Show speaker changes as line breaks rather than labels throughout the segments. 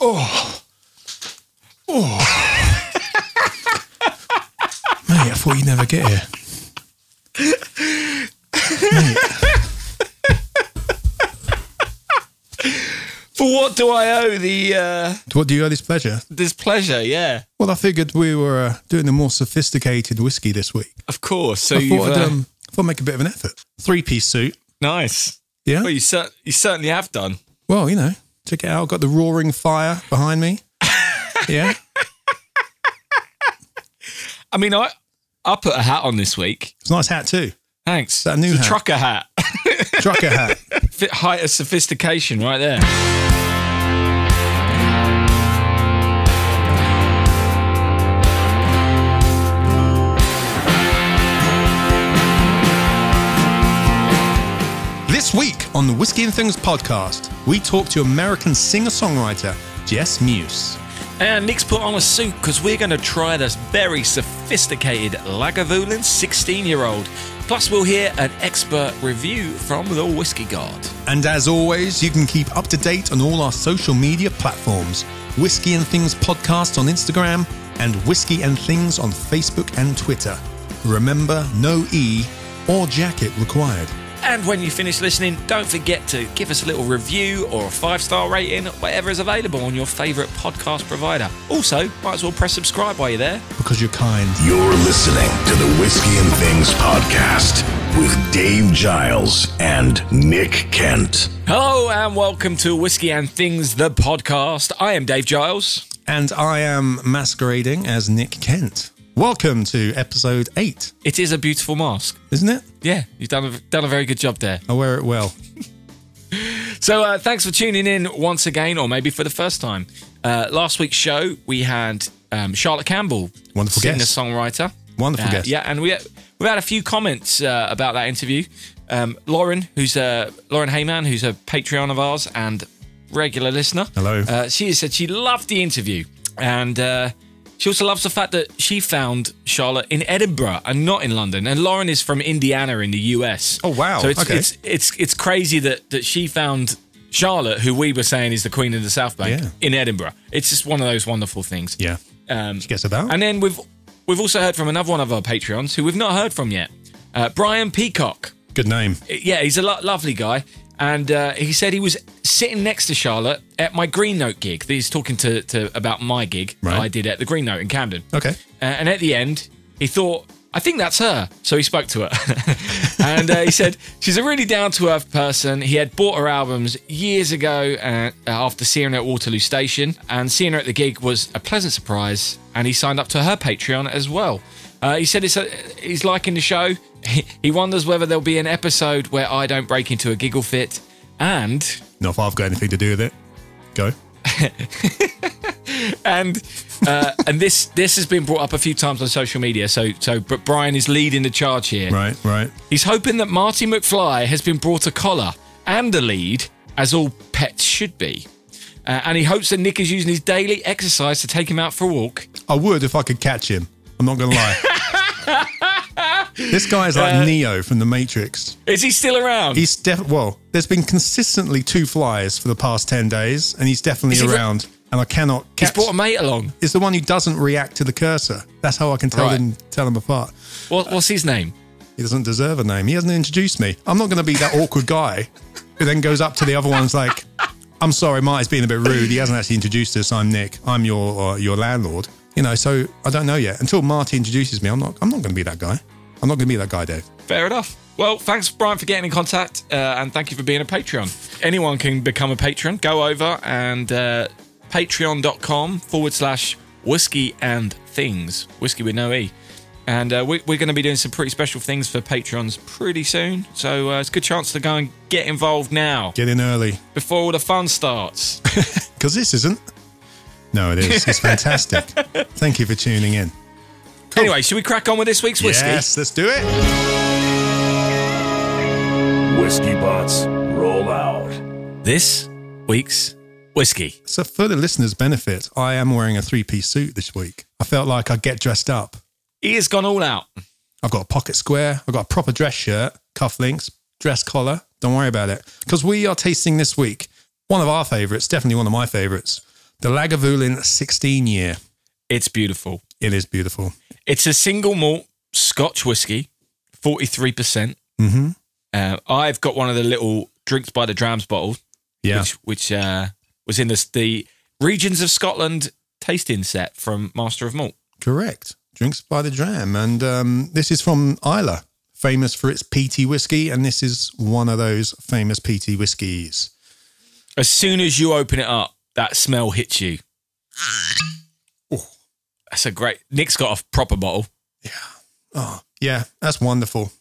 Oh. Oh. Mate, I thought you'd never get here.
For what do I owe the uh,
What do you owe this pleasure?
this pleasure? Yeah,
Well, I figured we were uh, doing a more sophisticated whiskey this week.
of course. So
I
you've
thought I'd,
uh,
um, thought I'd make a bit of an effort. Three piece suit.
nice.
Yeah.
Well, you cer- you certainly have done.
Well, you know, check it out. I've got the roaring fire behind me. yeah.
I mean, I I put a hat on this week.
It's a nice hat, too.
Thanks.
that a new
it's
hat?
a trucker hat.
Trucker hat.
Fit height of sophistication, right there.
This week on the Whiskey and Things podcast, we talk to American singer songwriter Jess Muse.
And Nick's put on a suit because we're going to try this very sophisticated Lagavulin 16 year old. Plus, we'll hear an expert review from the Whiskey God.
And as always, you can keep up to date on all our social media platforms Whiskey and Things Podcast on Instagram and Whiskey and Things on Facebook and Twitter. Remember, no E or jacket required.
And when you finish listening, don't forget to give us a little review or a five star rating, whatever is available on your favourite podcast provider. Also, might as well press subscribe while you're there.
Because you're kind.
You're listening to the Whiskey and Things podcast with Dave Giles and Nick Kent.
Hello, and welcome to Whiskey and Things, the podcast. I am Dave Giles.
And I am masquerading as Nick Kent. Welcome to episode eight,
It is a beautiful mask.
isn't it?
Yeah, you've done a, done a very good job there.
I wear it well.
So, uh, thanks for tuning in once again, or maybe for the first time. Uh, last week's show, we had um, Charlotte Campbell,
Wonderful
singer
guest.
songwriter.
Wonderful
Uh,
guest.
Yeah, and we we've had a few comments uh, about that interview. Um, Lauren, who's a Lauren Heyman, who's a Patreon of ours and regular listener.
Hello.
Uh, she said she loved the interview, and uh, she also loves the fact that she found Charlotte in Edinburgh and not in London. And Lauren is from Indiana in the US.
Oh, wow.
So it's
Okay.
it's, it's it's crazy that that she found. Charlotte, who we were saying is the queen of the South Bank
Yeah.
in Edinburgh. It's just one of those wonderful things.
Yeah.
Um,
Guess about.
and then we've we've also heard from another one of our Patreons who we've not heard from yet, uh, Brian Peacock.
Good name.
Yeah, he's a lo- lovely guy, and uh, he said he was sitting next to Charlotte at my Green Note gig. He's talking to, to about my gig
Right.
that I did at the Green Note in Camden.
Okay.
Uh, and at the end, he thought, I think that's her. So he spoke to her. and uh, he said, She's a really down to earth person. He had bought her albums years ago uh, after seeing her at Waterloo Station. And seeing her at the gig was a pleasant surprise. And he signed up to her Patreon as well. Uh, he said it's a, he's liking the show. He, he wonders whether there'll be an episode where I don't break into a giggle fit. And
Not if I've got anything to do with it. Go.
and uh, and this this has been brought up a few times on social media. So so but Brian is leading the charge here.
Right, right.
He's hoping that Marty McFly has been brought a collar and a lead, as all pets should be. Uh, and he hopes that Nick is using his daily exercise to take him out for a walk.
I would if I could catch him. I'm not going to lie. this guy is like
Uh,
Neo from The Matrix.
Is he still around?
He's def- well. There's been consistently two flies for the past ten days, and he's definitely
Is he re-
around. and I cannot
He's
catch.
brought a mate along.
it's the one who doesn't react to the cursor. That's how I can tell
Right.
them tell them apart.
What, what's his name?
He doesn't deserve a name. He hasn't introduced me. I'm not going to be that awkward guy who then goes up to the other ones like, "I'm sorry, Marty's being a bit rude. He hasn't actually introduced us. I'm Nick. I'm your uh, your landlord." You know, so I don't know yet. Until Marty introduces me, I'm not. I'm not going to be that guy. I'm not going to be that guy, Dave.
Fair enough. Well, thanks, Brian, for getting in contact, uh, and thank you for being a Patreon. Anyone can become a patron. Go over and uh, patreon.com forward slash whiskey and things, whiskey with no E. And uh, we, we're going to be doing some pretty special things for patrons pretty soon. So uh, it's a good chance to go and get involved now
Get in early.
before all the fun starts.
because this isn't. No, it is. It's fantastic. Thank you for tuning in.
Anyway, should we crack on with this week's whiskey?
Yes, let's do it.
Whiskey butts roll out.
This week's whiskey.
So, for the listeners' benefit, I am wearing a three piece suit this week. I felt like I'd get dressed up.
He E has gone all out.
I've got a pocket square, I've got a proper dress shirt, cufflinks, dress collar. Don't worry about it. Because we are tasting this week one of our favorites, definitely one of my favorites The Lagavulin 16 year.
It's beautiful.
It is beautiful.
It's a single malt Scotch whiskey, 43%. percent
Mm-hmm.
Uh, I've got one of the little drinks by the drams bottles,
Yeah.
which, which uh, was in the, the Regions of Scotland tasting set from Master of Malt.
Correct. Drinks by the Dram. And um, this is from Isla, famous for its peaty whiskey. And this is one of those famous peaty whiskies.
As soon as you open it up, that smell hits you. That's a great. Nick's got a proper bottle.
Oh, yeah. That's wonderful.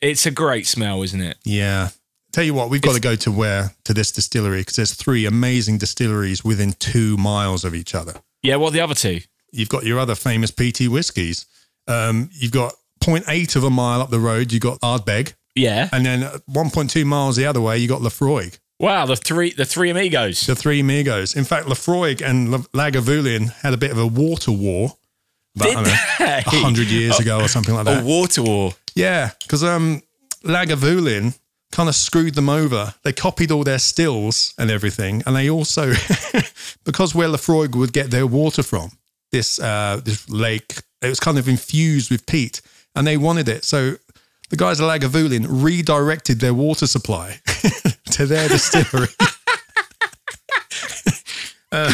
It's a great smell, isn't it?
Yeah. Tell you what, we've got to go to where? To this distillery because there's three amazing distilleries within two miles of each other.
Yeah, what are the other two?
You've got your other famous PT whiskies. Um, you've got 0.8 of a mile up the road, you've got Ardbeg.
Yeah.
And then uh, 1.2 miles the other way, you got Lafroig.
Wow, the three the three amigos.
the three amigos. In fact, Lafroig and La- Lagavulin had a bit of a water war about
Did
I don't know,
they?
100 years ago or something like
A
that.
water war.
Yeah, because um, Lagavulin kind of screwed them over. They copied all their stills and everything. And they also, because where Lafroig would get their water from, this, uh, this lake, it was kind of infused with peat and they wanted it. So the guys at Lagavulin redirected their water supply to their distillery. Uh,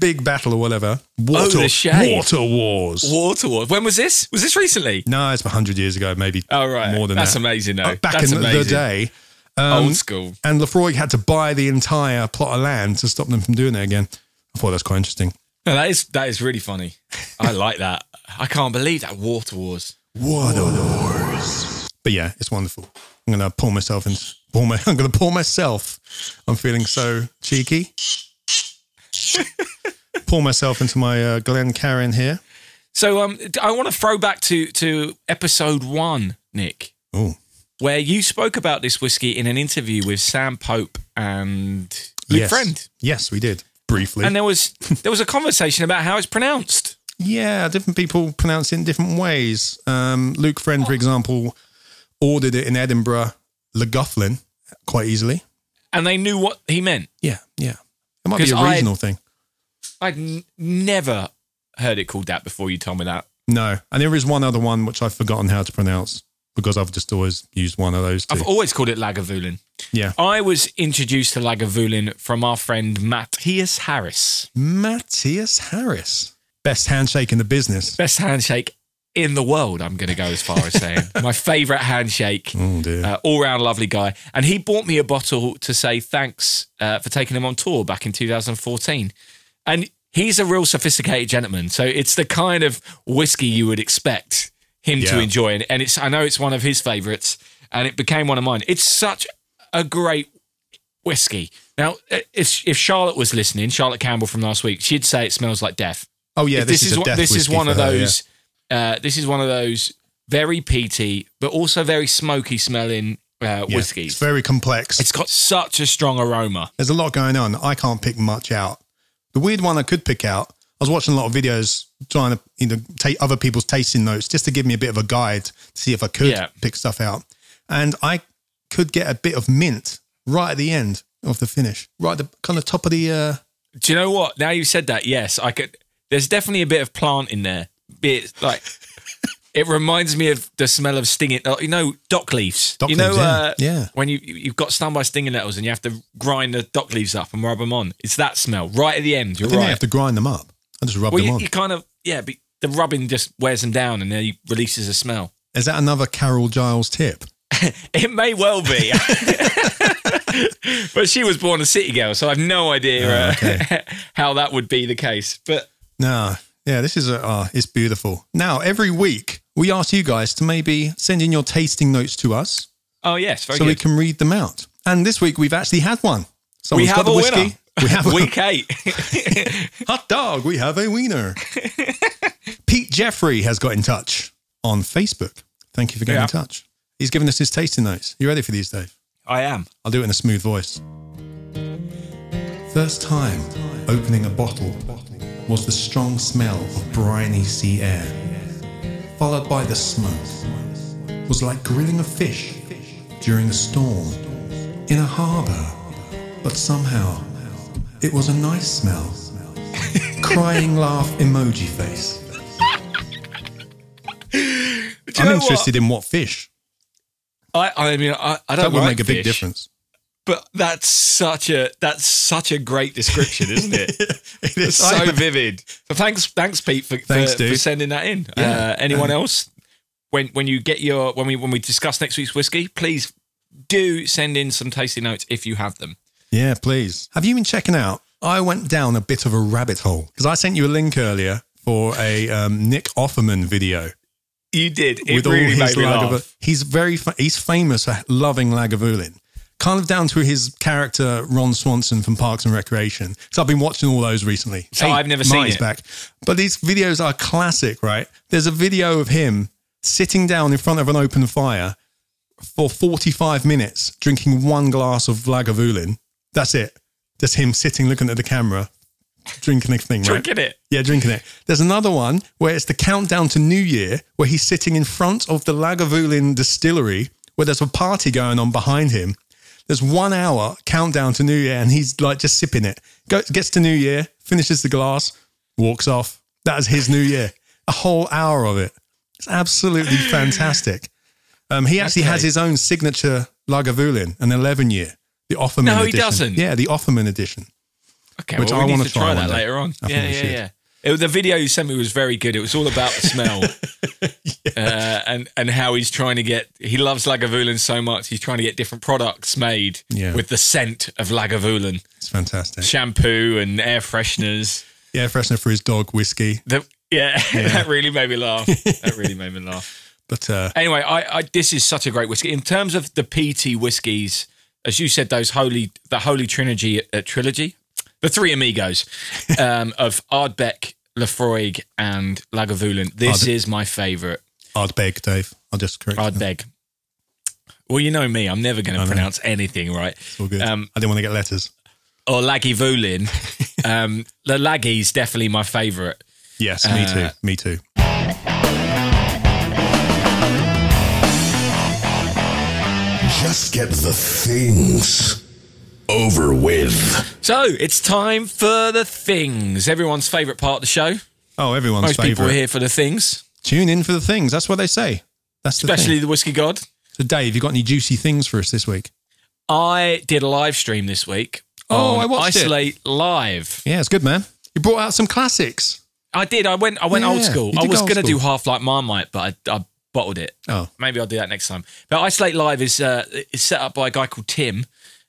big battle or whatever. Water,
Oh, the shade.
water wars.
Water war. When was this? Was this recently?
No, it's 100 years ago, maybe.
Oh right.
More than
That's
that. Oh,
amazing though.
Uh, Back
That's
in the-
amazing.
the day.
Old school.
And Lefroy had to buy the entire plot of land to stop them from doing it again. I thought that's quite interesting.
No, that is that is really funny. I like that. I can't believe that water wars.
Water wars. But yeah, it's wonderful. I'm gonna pour myself in. Pour my, I'm gonna pour myself. I'm feeling so cheeky. pour myself into my uh, Glen Cairn here.
So um I want to throw back to to episode 1, Nick,
Oh,
where you spoke about this whiskey in an interview with Sam Pope and Luke
yes.
Friend.
Yes, we did briefly.
And there was there was a conversation about how it's pronounced.
Yeah, different people pronounce it in different ways. Um, Luke Friend, for example, ordered it in Edinburgh, Legofflin, quite easily.
And they knew what he meant.
Yeah, yeah. It might be
'Cause
a
I-
regional thing.
I'd n- never heard it called that before you told me that.
No, and there is one other one which I've forgotten how to pronounce because I've just always used one of those two.
I've always called it Lagavulin.
yeah,
I was introduced to Lagavulin from our friend Matthias Harris.
Matthias Harris, best handshake in the business.
Best handshake in the world, I'm going to go as far as saying. My favorite handshake.
Oh dear.
Uh, all round lovely guy. And he bought me a bottle to say thanks uh, for taking him on tour back in 2014. And he's a real sophisticated gentleman. So it's the kind of whiskey you would expect him to
Yeah.
enjoy. And, and it's I know it's one of his favorites and it became one of mine. It's such a great whiskey. Now, i- if, if Charlotte was listening, Charlotte Campbell from last week, she'd say it smells like death
oh yeah, this, is, a
one-
death
this is
whiskey
one
for
of
her, yeah.
those. Uh, this is one of those very peaty, but also very smoky smelling uh,
Yeah, It's
whiskies.
very complex.
it's got such a strong aroma.
There's a lot going on. I can't pick much out. The weird one I could pick out, I was watching a lot of videos trying to you know take other people's tasting notes just to give me a bit of a guide to see if I could
Yeah.
pick stuff out. And I could get a bit of mint right at the end of the finish, right at the kind of top of the uh,
Do you know what? Now you said that, yes, I could. There's definitely a bit of plant in there. Bit like it reminds me of the smell of stinging. uh, You know, dock leaves.
Dock
you know, uh,
leaves, yeah, yeah.
When you you- you've got stung by stinging nettles and you have to grind the dock leaves up and rub them on. It's that smell right at the end. You're
I think
right.
they have to grind them up. I just rub
well,
them
you,
on.
you kind of yeah, but the rubbing just wears them down and then he releases a smell.
Is that another Carol Giles tip?
It may well be. but she was born a city girl, so I've no idea
Ah,
uh, how that would be the case. But
No. Yeah, this is a, oh, it's beautiful. Now, every week we ask you guys to maybe send in your tasting notes to us.
oh yes, very
so we
good.
can read them out. And this week we've actually had one. So
We have
got the
a
whiskey.
winner.
We have a
Week eight.
hot dog. We have a wiener. Pete Jeffrey has got in touch on Facebook. Thank you for getting
Yeah.
in touch. He's given us his tasting notes. You ready for these, Dave?
I am.
I'll do it in a smooth voice. First time opening a bottle was the strong smell of briny sea air, followed by the smoke. It was like grilling a fish during a storm in a harbour, but somehow it was a nice smell, crying laugh emoji face.
Do you
I'm
know what?
interested in what fish.
I, I mean, I, I don't
That would
like
make a big
fish,
difference.
But that's such a that's such a great description, isn't it?
It
It's so vivid. So thanks, thanks, Pete, for,
Thanks,
for, for
dude.
sending that in. Uh, anyone else? When when you get your when we when we discuss next week's whiskey, please do send in some tasty notes if you have them.
Yeah, please. Have you been checking out? I went down a bit of a rabbit hole because I sent you a link earlier for a um, Nick Offerman video
You did. It really made me
Lagavulin.
laugh.
He's very fa- he's famous for loving Lagavulin, kind of down to his character Ron Swanson from Parks and Recreation. So I've been watching all those recently.
So I've never seen
Mai's
it.
back, but these videos are classic, right? There's a video of him sitting down in front of an open fire for 45 minutes, drinking one glass of Lagavulin. That's it. Just him sitting, looking at the camera, drinking the thing, right?
Drinking it.
Yeah, drinking it. There's another one where it's the countdown to New Year, where he's sitting in front of the Lagavulin distillery, where there's a party going on behind him. There's one hour countdown to New Year, and he's like just sipping it. Go, gets to New Year, finishes the glass, walks off. That is his New Year. A whole hour of it. It's absolutely fantastic. Um, he actually
Okay.
has his own signature Lagavulin, an 11 year, the Offerman
No, he
edition.
doesn't.
Yeah, the Offerman edition.
Okay,
Which
well,
I
we
wanna
need to
try
try
one
that
day.
later on.
I think
yeah,
we
yeah,
should.
yeah. It was- the video you sent me was very good. It was all about the smell uh, and and how he's trying to get. He loves Lagavulin so much. He's trying to get different products made
Yeah.
with the scent of Lagavulin
It's fantastic.
shampoo and air fresheners.
Yeah, freshener for his dog, whiskey.
The, yeah, that really made me laugh. That really made me laugh.
But uh,
Anyway, I, I this is such a great whiskey. In terms of the PT whiskies, as you said, those holy the holy trilogy uh, trilogy, the three amigos um, of Ardbeg, Lefroig, and Lagavulin. This
Ard-
is my favourite.
I'd beg, Dave. I'll just correct you.
Ardbeg. Well, you know me. I'm never going to
know.
pronounce anything right.
It's all good.
Um,
I didn't want to get letters.
or Lagavulin. um, the Laggy's definitely my favourite.
Yes,
uh,
me too. Me too.
Just get the things over with.
So it's time for the things. Everyone's favourite part of the show.
Oh, everyone's
Most people are
favorite.
here for the things,
Tune in for the things. That's what they say. That's the
especially
Thing.
the whiskey god.
So, Dave, you got any juicy things for us this week?
I did a live stream this week.
Oh,
on
I watched it.
Isolate Live.
Yeah, it's good, man. You brought out some classics.
I did. I went. I went
Yeah,
old school.
you did
I
go
was
old
going to do
school.
half like Marmite, but I, I bottled it.
Oh,
Maybe I'll do that next time. But Isolate Live is uh, is set up by a guy called Tim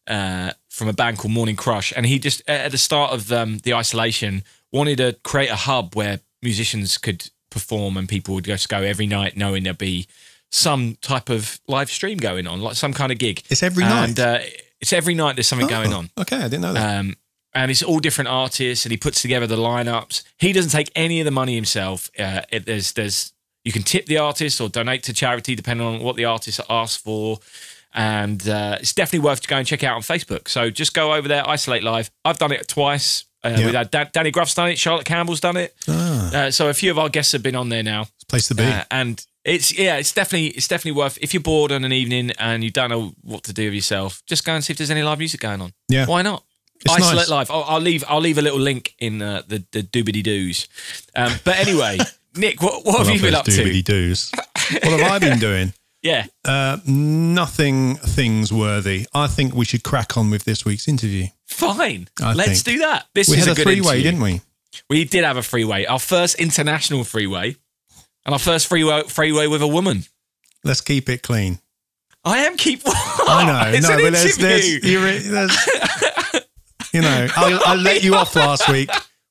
uh, from a band called Morning Crush, and he just at the start of um, the isolation wanted to create a hub where musicians could perform and people would just go every night, knowing there'd be some type of live stream going on, like some kind of gig.
It's every
and,
night?
Uh, it's every night. There's something going
Oh,
on.
Okay, I didn't know that.
Um, and it's all different artists, and he puts together the lineups. He doesn't take any of the money himself. Uh, it, there's, there's, you can tip the artist or donate to charity depending on what the artist asks for, and uh, it's definitely worth going and check out on Facebook. So just go over there, isolate live. I've done it twice. Uh,
Yeah.
We've had Dan- Danny Gruff's done it, Charlotte Campbell's done it. Uh, so a few of our guests have been on there now.
it's a place to be.
Uh, and it's yeah, it's definitely it's definitely worth if you're bored on an evening and you don't know what to do with yourself, just go and see if there's any live music going on.
Yeah.
why not?
It's
Isolate
nice.
live. I'll, I'll leave. I'll leave a little link in uh, the the doobity doos. Um, but anyway, Nick, what, what have you been up to?
doos. what have I been doing?
Yeah,
Uh, nothing things worthy. I think we should crack on with this week's interview.
fine.
I
Let's
think-
do that. This
we
is
had a,
good
three way,
interview.
didn't we?
We did have a freeway. Our first international freeway, and our first freeway freeway with a woman.
Let's keep it clean.
I am keep.
I know,
Ah, it's
no,
an
but there's,
interview.
there's, you're, there's, you know, I, I let you off last week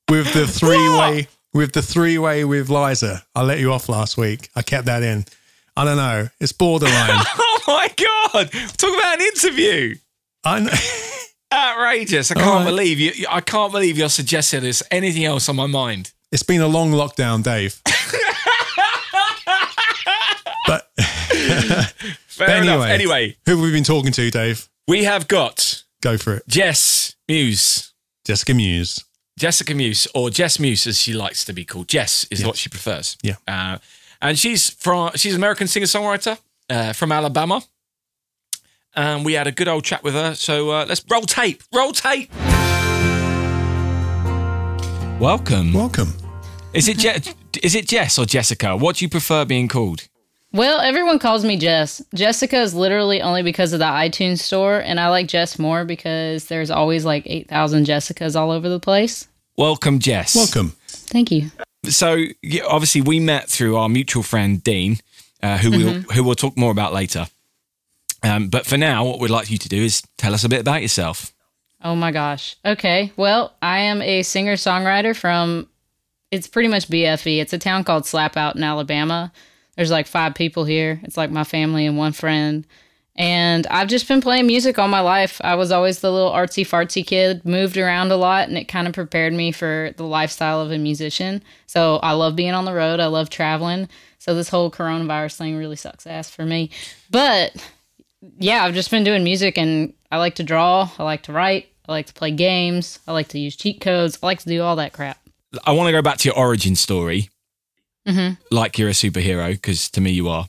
with the three way, with the three way with Liza. I let you off last week. I kept that in. I don't know. It's borderline.
Oh my god! Talk about an interview.
I know.
Outrageous! I
All
can't
right.
believe you. you- I can't believe you're suggesting there's anything else on my mind.
It's been a long lockdown, Dave. but
Fair enough.
anyway,
Anyway,
who have we been talking to, Dave?
we have got
Go for it.
Jess Muse,
Jessica Muse.
Jessica Muse, or Jess Muse as she likes to be called. Jess is what she prefers.
Yeah.
Uh, and she's from she's an American singer songwriter uh, from Alabama. And we had a good old chat with her. So uh, let's roll tape. Roll tape. Welcome.
Welcome.
Is it Je- is it Jess or Jessica? What do you prefer being called?
Well, everyone calls me Jess. Jessica is literally only because of the iTunes store, and I like Jess more because there's always like 8,000 Jessicas all over the place.
Welcome, Jess.
Welcome.
Thank you.
So yeah, obviously we met through our mutual friend Dean, uh, who we'll, who we'll talk more about later. Um, but for now, what we'd like you to do is tell us a bit about yourself.
Oh my gosh. Okay. Well, I am a singer songwriter from, it's pretty much BFE. It's a town called Slapout in Alabama. There's like five people here. It's like my family and one friend. And I've just been playing music all my life. I was always the little artsy fartsy kid, moved around a lot, and it kind of prepared me for the lifestyle of a musician. So I love being on the road. I love traveling. So this whole coronavirus thing really sucks ass for me. But yeah, I've just been doing music and I like to draw, I like to write, I like to play games, I like to use cheat codes, I like to do all that crap.
I want to go back to your origin story, like you're a superhero, because to me you are.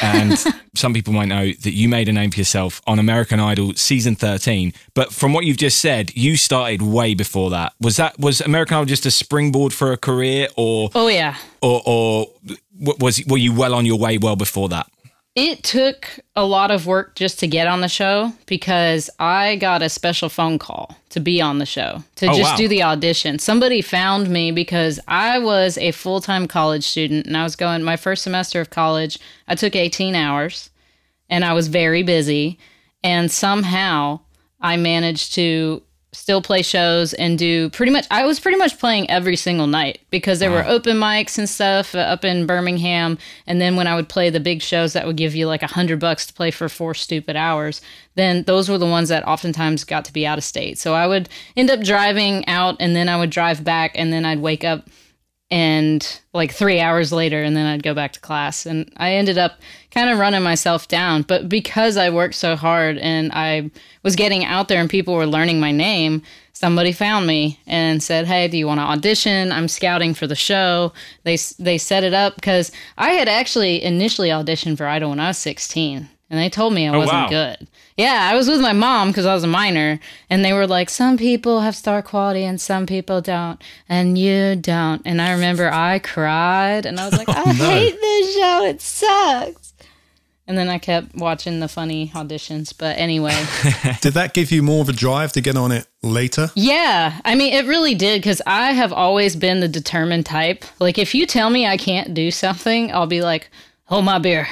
And some people might know that you made a name for yourself on American Idol season 13. But from what you've just said, you started way before that. Was that was American Idol just a springboard for a career, or
Oh yeah.
or or w- was were you well on your way well before that?
It took a lot of work just to get on the show because I got a special phone call to be on the show, to
Oh,
just
wow.
do the audition. Somebody found me because I was a full time college student and I was going my first semester of college. I took 18 hours and I was very busy. And somehow I managed to still play shows and do pretty much, I was pretty much playing every single night because there were open mics and stuff uh, up in Birmingham. And then when I would play the big shows that would give you like a hundred bucks to play for four stupid hours, then those were the ones that oftentimes got to be out of state. So I would end up driving out and then I would drive back and then I'd wake up and like three hours later and then i'd go back to class and i ended up kind of running myself down but because i worked so hard and i was getting out there and people were learning my name somebody found me and said hey do you want to audition i'm scouting for the show they s- they set it up because i had actually initially auditioned for idol when i was 16 and they told me i wasn't
wow.
good good. Yeah, I was with my mom because I was a minor, and they were like, some people have star quality and some people don't, and you don't. And I remember I cried and I was like, I hate this show. It sucks. And then I kept watching the funny auditions. But anyway.
Did that give you more of a drive to get on it later?
Yeah, I mean, it really did because I have always been the determined type. Like, if you tell me I can't do something, I'll be like, hold my beer.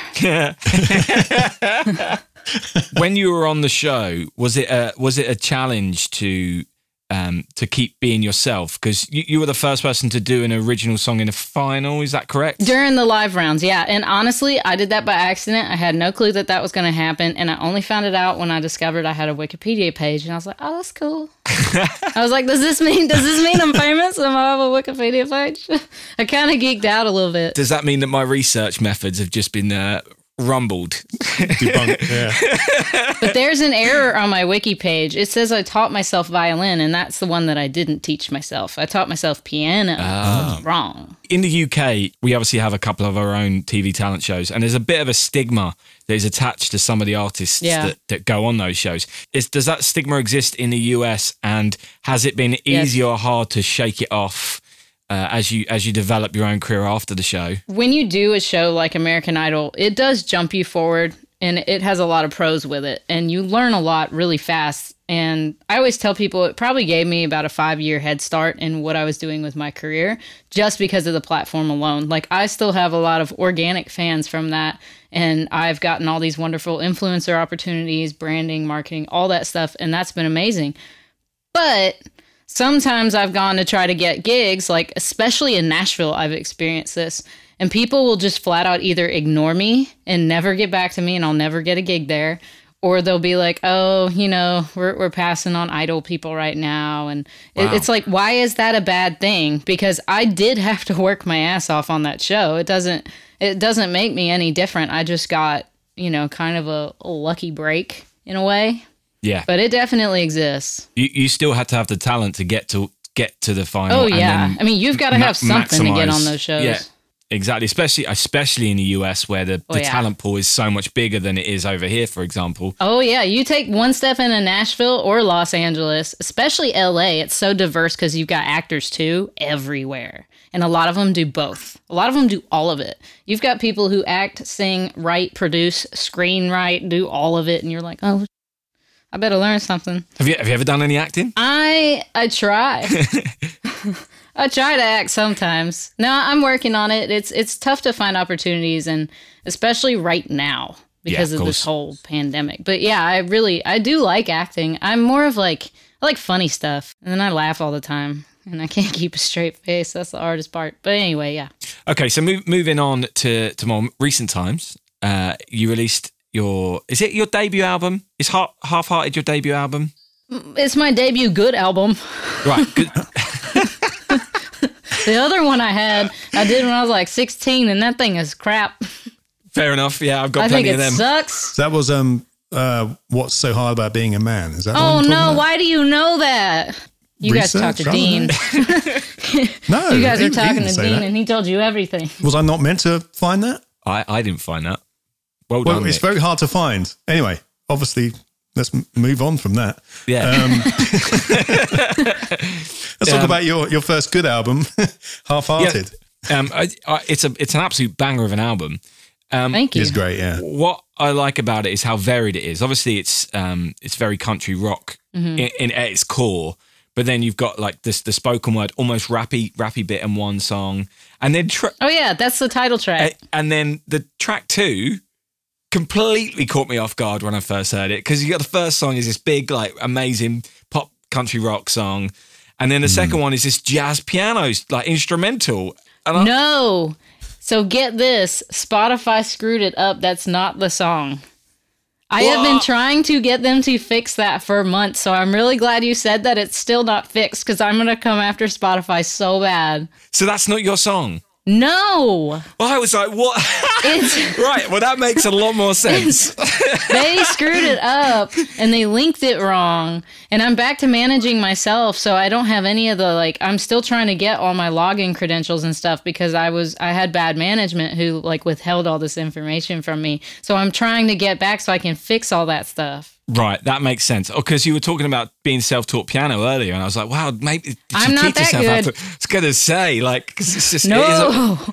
when you were on the show, was it a was it a challenge to um, to keep being yourself? Because you, you were the first person to do an original song in a final. Is that correct?
During the live rounds, yeah. And honestly, I did that by accident. I had no clue that that was going to happen. And I only found it out when I discovered I had a Wikipedia page. And I was like, oh, that's cool. I was like, does this mean, does this mean I'm famous? Am I have a Wikipedia page? I kind of geeked out a little bit.
Does that mean that my research methods have just been uh, rumbled?
Debunk. Yeah.
But there's an error on my wiki page. It says I taught myself violin, and that's the one that I didn't teach myself. I taught myself piano. That's Wrong.
in the UK, we obviously have a couple of our own TV talent shows, and there's a bit of a stigma that is attached to some of the artists
Yeah.
that, that go on those shows. Is, does that stigma exist in the US, and has it been
Yes.
easy or hard to shake it off uh, as you as you develop your own career after the show?
when you do a show like American Idol, it does jump you forward and it has a lot of pros with it. And you learn a lot really fast. And I always tell people it probably gave me about a five year head start in what I was doing with my career just because of the platform alone. Like, I still have a lot of organic fans from that. And I've gotten all these wonderful influencer opportunities, branding, marketing, all that stuff. And that's been amazing. But sometimes I've gone to try to get gigs, like especially in Nashville, I've experienced this. And people will just flat out either ignore me and never get back to me, and I'll never get a gig there. Or they'll be like, oh, you know, we're, we're passing on idle people right now. And it, it's like, why is that a bad thing? Because I did have to work my ass off on that show. It doesn't, it doesn't make me any different. I just got, you know, kind of a, a lucky break in a way,
Yeah,
but it definitely exists.
you, you still had to have the talent to get to get to the final.
Oh
and
yeah,
then
I mean you've got to
ma-
have something to get
maximise-
on those shows.
Yeah. exactly, especially especially in the US where the,
Oh,
the
yeah.
talent pool is so much bigger than it is over here, for example.
Oh yeah, you take one step into Nashville or Los Angeles, especially LA. It's so diverse because you've got actors too everywhere, and a lot of them do both. A lot of them do all of it. You've got people who act, sing, write, produce, screenwrite, do all of it, and you're like, oh, I better learn something.
Have you have you ever done any acting?
I I try. I try to act sometimes. No, I'm working on it. It's it's tough to find opportunities and especially right now because
Yeah, of
of
course.
this whole pandemic. But yeah, I really I do like acting. I'm more of like I like funny stuff and then I laugh all the time and I can't keep a straight face. That's the hardest part. But anyway, yeah.
Okay, so move, moving on to to more recent times. Uh, you released your is it your debut album? Is half half hearted your debut album?
It's my debut good album.
Right, good.
The other one I had, I did when I was like 16 and that thing is crap.
fair enough. Yeah, I've got
I think
plenty of
it
them.
sucks.
So that was um uh what's so hard about being a man? Is that the
Oh
one you're talking
no,
about?
why do you know that? You
Research,
guys talked to
I don't
Dean.
know. No,
You guys
he-
were
he
talking
didn't
to
say
Dean
that.
and he told you everything.
Was I not meant to find that?
I I didn't find that. Well,
Well,
done.
it's
Nick.
very hard to find. Anyway, obviously, let's m- move on from that.
yeah.
um, Let's talk about your, your first good album, Half Hearted.
um, I, I, it's a it's an absolute banger of an album.
Thank you.
Is Um, great, yeah.
What I like about it is how varied it is. Obviously, it's um, it's very country rock
Mm-hmm.
in, in at its core, but then you've got like this the spoken word, almost rappy rappy bit in one song, and then tra-
Oh yeah, that's the title track.
a- and then the track two completely caught me off guard when I first heard it because you got the first song is this big like amazing pop country rock song, and then the
Mm.
second one is this jazz piano like instrumental. And I,
no. So get this, Spotify screwed it up. That's not the song. I have been
What?
trying to get them to fix that for months, so I'm really glad you said that it's still not fixed because I'm gonna come after Spotify so bad.
so that's not your song.
No,
Well, I was like, what?
it's
Right. Well, that makes a lot more sense.
they screwed it up and they linked it wrong and i'm back to managing myself so i don't have any of the like i'm still trying to get all my login credentials and stuff because i was i had bad management who like withheld all this information from me so i'm trying to get back so i can fix all that stuff
right. That makes sense. Oh, because you were talking about being self-taught piano earlier, and I was like, wow, maybe did you
I'm not
teach
that
yourself how
good.
to? I was gonna say, like, 'cause it's just
no
It is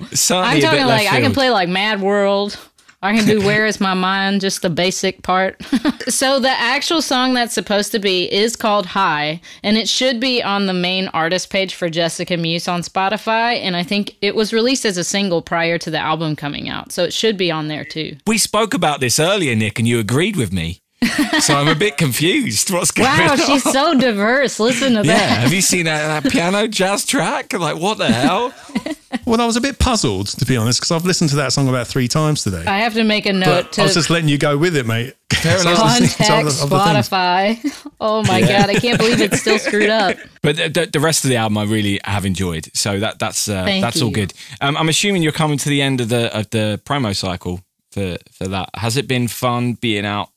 a- it's certainly
i'm
a
talking
bit
like
left
i can
field.
play like mad world I can do Where Is My Mind, just the basic part. so, the actual song that's supposed to be is called High, and it should be on the main artist page for Jessica Muse on Spotify. And I think it was released as a single prior to the album coming out. So, it should be on there too.
We spoke about this earlier, Nick, and you agreed with me. So I'm a bit confused. What's going
Wow,
on?
she's so diverse. Listen to
yeah.
that.
Have you seen that, that piano jazz track? Like, what the hell?
Well, I was a bit puzzled, to be honest, because I've listened to that song about three times today.
I have to make a note
I was
to
just letting you go with it, mate.
Fair enough.
contact
Some of the- of the things.
Spotify. Oh my God, I can't believe it's still screwed up.
But the- the, the rest of the album I really have enjoyed. So that that's uh,
Thank
that's all
you.
good. Um, I'm assuming you're coming to the end of the of the promo cycle for for that. Has it been fun being out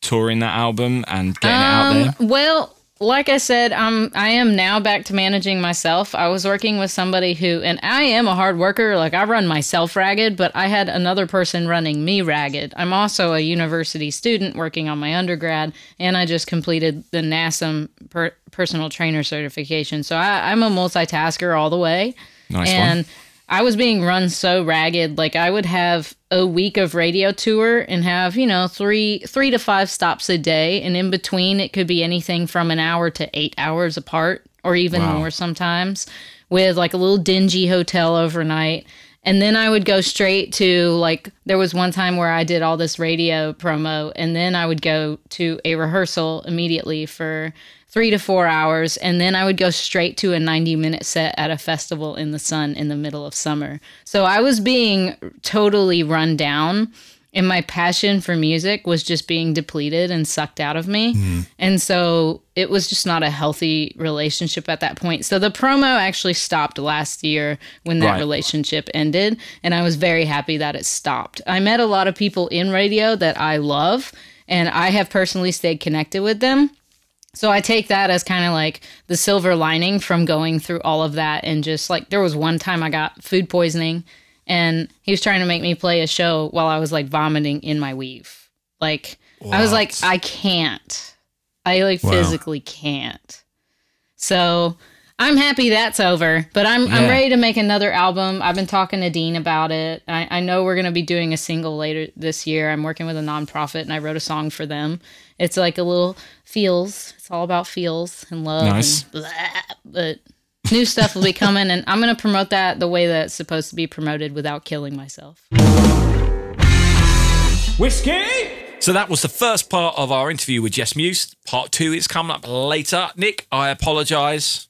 touring that album and getting
Um,
it out there?
Well, like I said, I'm I am now back to managing myself. I was working with somebody who and I am a hard worker, like I run myself ragged, but I had another person running me ragged. I'm also a university student working on my undergrad and I just completed the NASM per, personal trainer certification. So I, I'm a multitasker all the way
Nice
and
one.
I was being run so ragged. Like I would have a week of radio tour and have you know three three to five stops a day, and in between it could be anything from an hour to eight hours apart, or even more sometimes, with like a little dingy hotel overnight. And then I would go straight to like there was one time where I did all this radio promo, and then I would go to a rehearsal immediately for three to four hours, and then I would go straight to a 90 minute set at a festival in the sun in the middle of summer. So I was being totally run down, and my passion for music was just being depleted and sucked out of me. And so it was just not a healthy relationship at that point. So the promo actually stopped last year when that
Right.
relationship ended, and I was very happy that it stopped. I met a lot of people in radio that I love. And I have personally stayed connected with them. So I take that as kind of like the silver lining from going through all of that and just like there was one time I got food poisoning and he was trying to make me play a show while I was like vomiting in my weave. Like I was like, I can't. I like
Wow.
physically can't. So I'm happy that's over, but I'm
Yeah.
I'm ready to make another album. I've been talking to Dean about it. I, I know we're gonna be doing a single later this year. I'm working with a nonprofit and I wrote a song for them. It's like a little feels. It's all about feels and love.
Nice.
And blah, but new stuff will be coming and I'm gonna promote that the way that it's supposed to be promoted without killing myself.
So that was the first part of our interview with Jess Muse. Part two is coming up later. Nick, I apologise.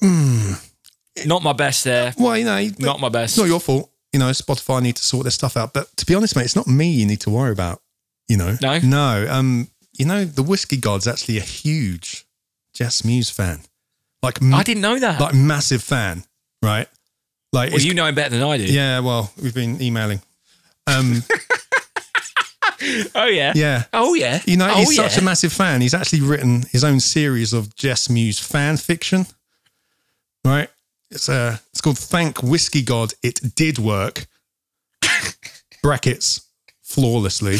Hmm.
Not my best there.
Well, you know, you-
Not my best.
It's not your fault. You know, Spotify need to sort their stuff out. But to be honest, mate, it's not me you need to worry about. You know,
No?
no. Um, you know, the whiskey god's actually a huge Jess Muse fan, like m-
I didn't know that.
like massive fan, right? Like,
well,
it's-
you know him better than I do.
yeah. Well, we've been emailing. Um,
Oh yeah.
yeah.
Oh yeah.
You know,
oh,
he's such a massive fan. He's actually written his own series of Jess Muse fan fiction. Right? It's uh it's called Thank Whiskey God It Did Work. Brackets flawlessly.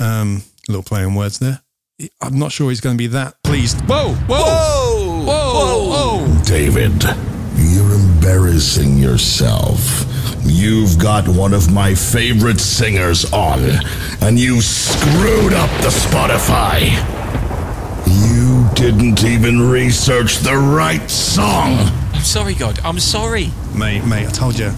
Um little play on words there. I'm not sure he's gonna be that pleased. Whoa, whoa, whoa, whoa, whoa.
David, you're embarrassing yourself. You've got one of my favorite singers on, and you screwed up the Spotify. You didn't even research the right song.
I'm sorry, God. I'm sorry.
Mate, mate, I told you.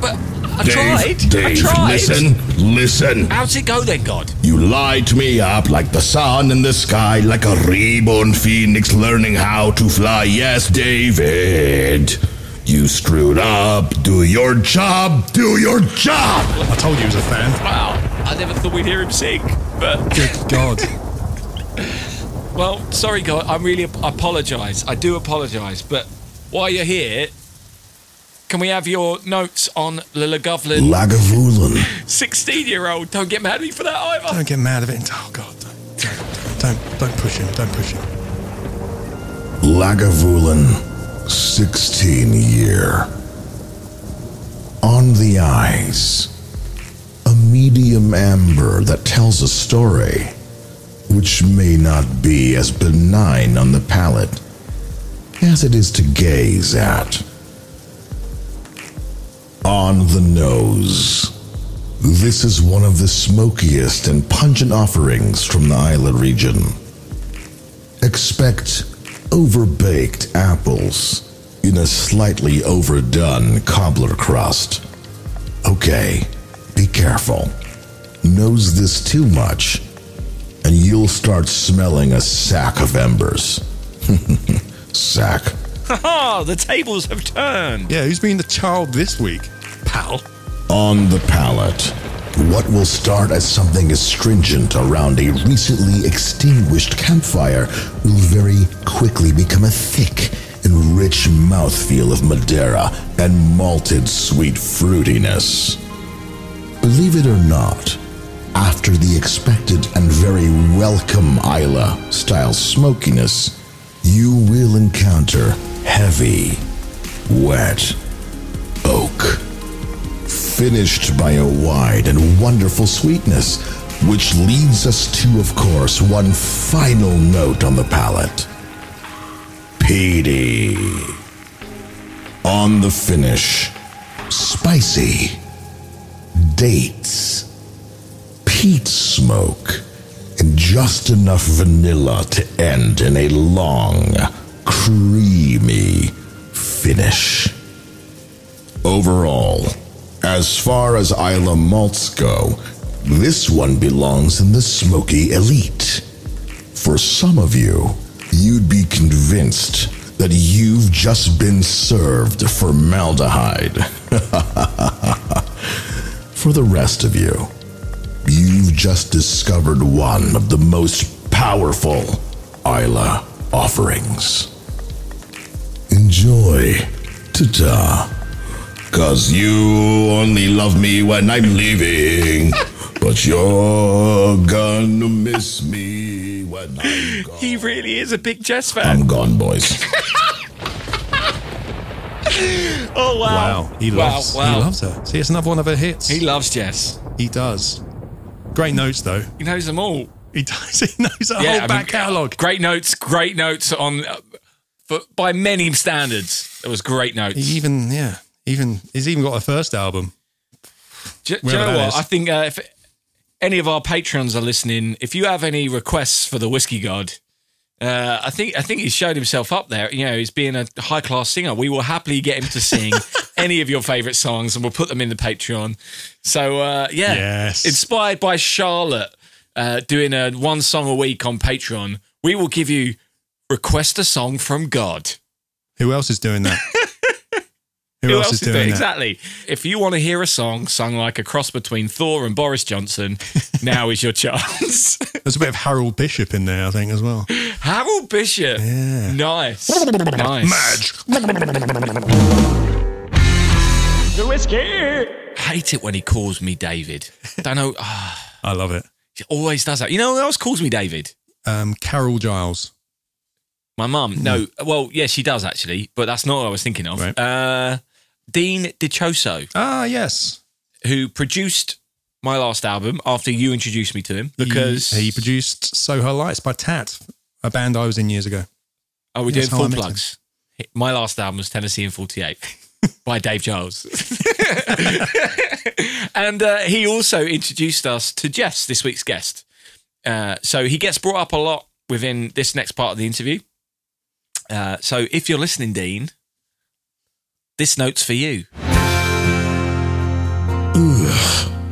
But I
Dave,
tried. I
Dave,
tried.
listen, listen.
How's it go then, God?
You light me up like the sun in the sky, like a reborn phoenix learning how to fly. Yes, David. You screwed up. Do your job. Do your job.
I told you he was a fan.
Wow. I never thought we'd hear him sing. But
Good God.
well, sorry, God. I'm really apologise. I do apologise. But while you're here, can we have your notes on Lila Govlin,
Lagavulin.
16-year-old? Don't get mad at me for that either.
Don't get mad at it. Oh God, don't, don't, don't, don't push him. Don't push him.
Lagavulin. 16 year. On the eyes. A medium amber that tells a story, which may not be as benign on the palate as it is to gaze at. On the nose. This is one of the smokiest and pungent offerings from the islet region. Expect overbaked apples in a slightly overdone cobbler crust. Okay, be careful. Nose this too much, and you'll start smelling a sack of embers. sack.
Ha! the tables have turned.
Yeah, who's been the child this week, pal?
On the palate, what will start as something astringent around a recently extinguished campfire will very quickly become a thick and rich mouthfeel of Madeira and malted sweet fruitiness. Believe it or not, after the expected and very welcome Isla style smokiness, you will encounter heavy, wet oak finished by a wide and wonderful sweetness, which leads us to, of course, one final note on the palate. Peaty. On the finish, spicy. Dates. Peat smoke. And just enough vanilla to end in a long, creamy finish. Overall, as far as Isla malts go, this one belongs in the smoky elite. For some of you, you'd be convinced that you've just been served formaldehyde. For the rest of you, you've just discovered one of the most powerful Isla offerings. Enjoy. Ta-ta. Cause you only love me when I'm leaving. but you're gonna miss me when I'm gone.
He really is a big Jess fan.
I'm gone, boys.
Oh wow.
Wow, he loves
wow.
he loves her. See, it's another one of her hits.
He
He,
loves Jess.
does. Great notes though.
He knows them all.
He does. He knows her
Yeah, I
whole
mean,
back catalogue.
Great notes. Great notes on, uh, for, by many standards, it was great notes.
He even yeah, even he's even got a first album.
Do, do you
Wherever that
know what?
is.
I think uh, if any of our patrons are listening, if you have any requests for the Whiskey God, uh, I think I think he showed himself up there. You know, he's being a high class singer. We will happily get him to sing any of your favourite songs, and we'll put them in the Patreon. So uh, yeah,
Yes.
inspired by Charlotte uh, doing a one song a week on Patreon, we will give you request a song from God.
Who else is doing that? Who, else, is doing
it?
that?
Exactly. If you want to hear a song sung like a cross between Thor and Boris Johnson, now is your chance.
There's a bit of Harold Bishop in there, I think, as well.
Harold Bishop. Nice. nice. Hate it when he calls me David. Don't know. ah,
I love it.
he always does that. You know who else calls me David?
Um, Carol Giles.
My mum. No. Well, yeah, she does actually, but that's not what I was thinking of.
Hmm. Right.
Uh, Dean DiCioso,
Ah, yes.
who produced my last album after you introduced me to him
He-
because
he, produced Soho Lights by Tat, a band I was in years ago.
Oh, we're
Yes,
doing
how I
full
met
plugs. My last album was Tennessee in 48 by Dave Giles. and uh, he also introduced us to Jess, this week's guest. Uh, so he gets brought up a lot within this next part of the interview. Uh, so if you're listening, Dean, this note's for you.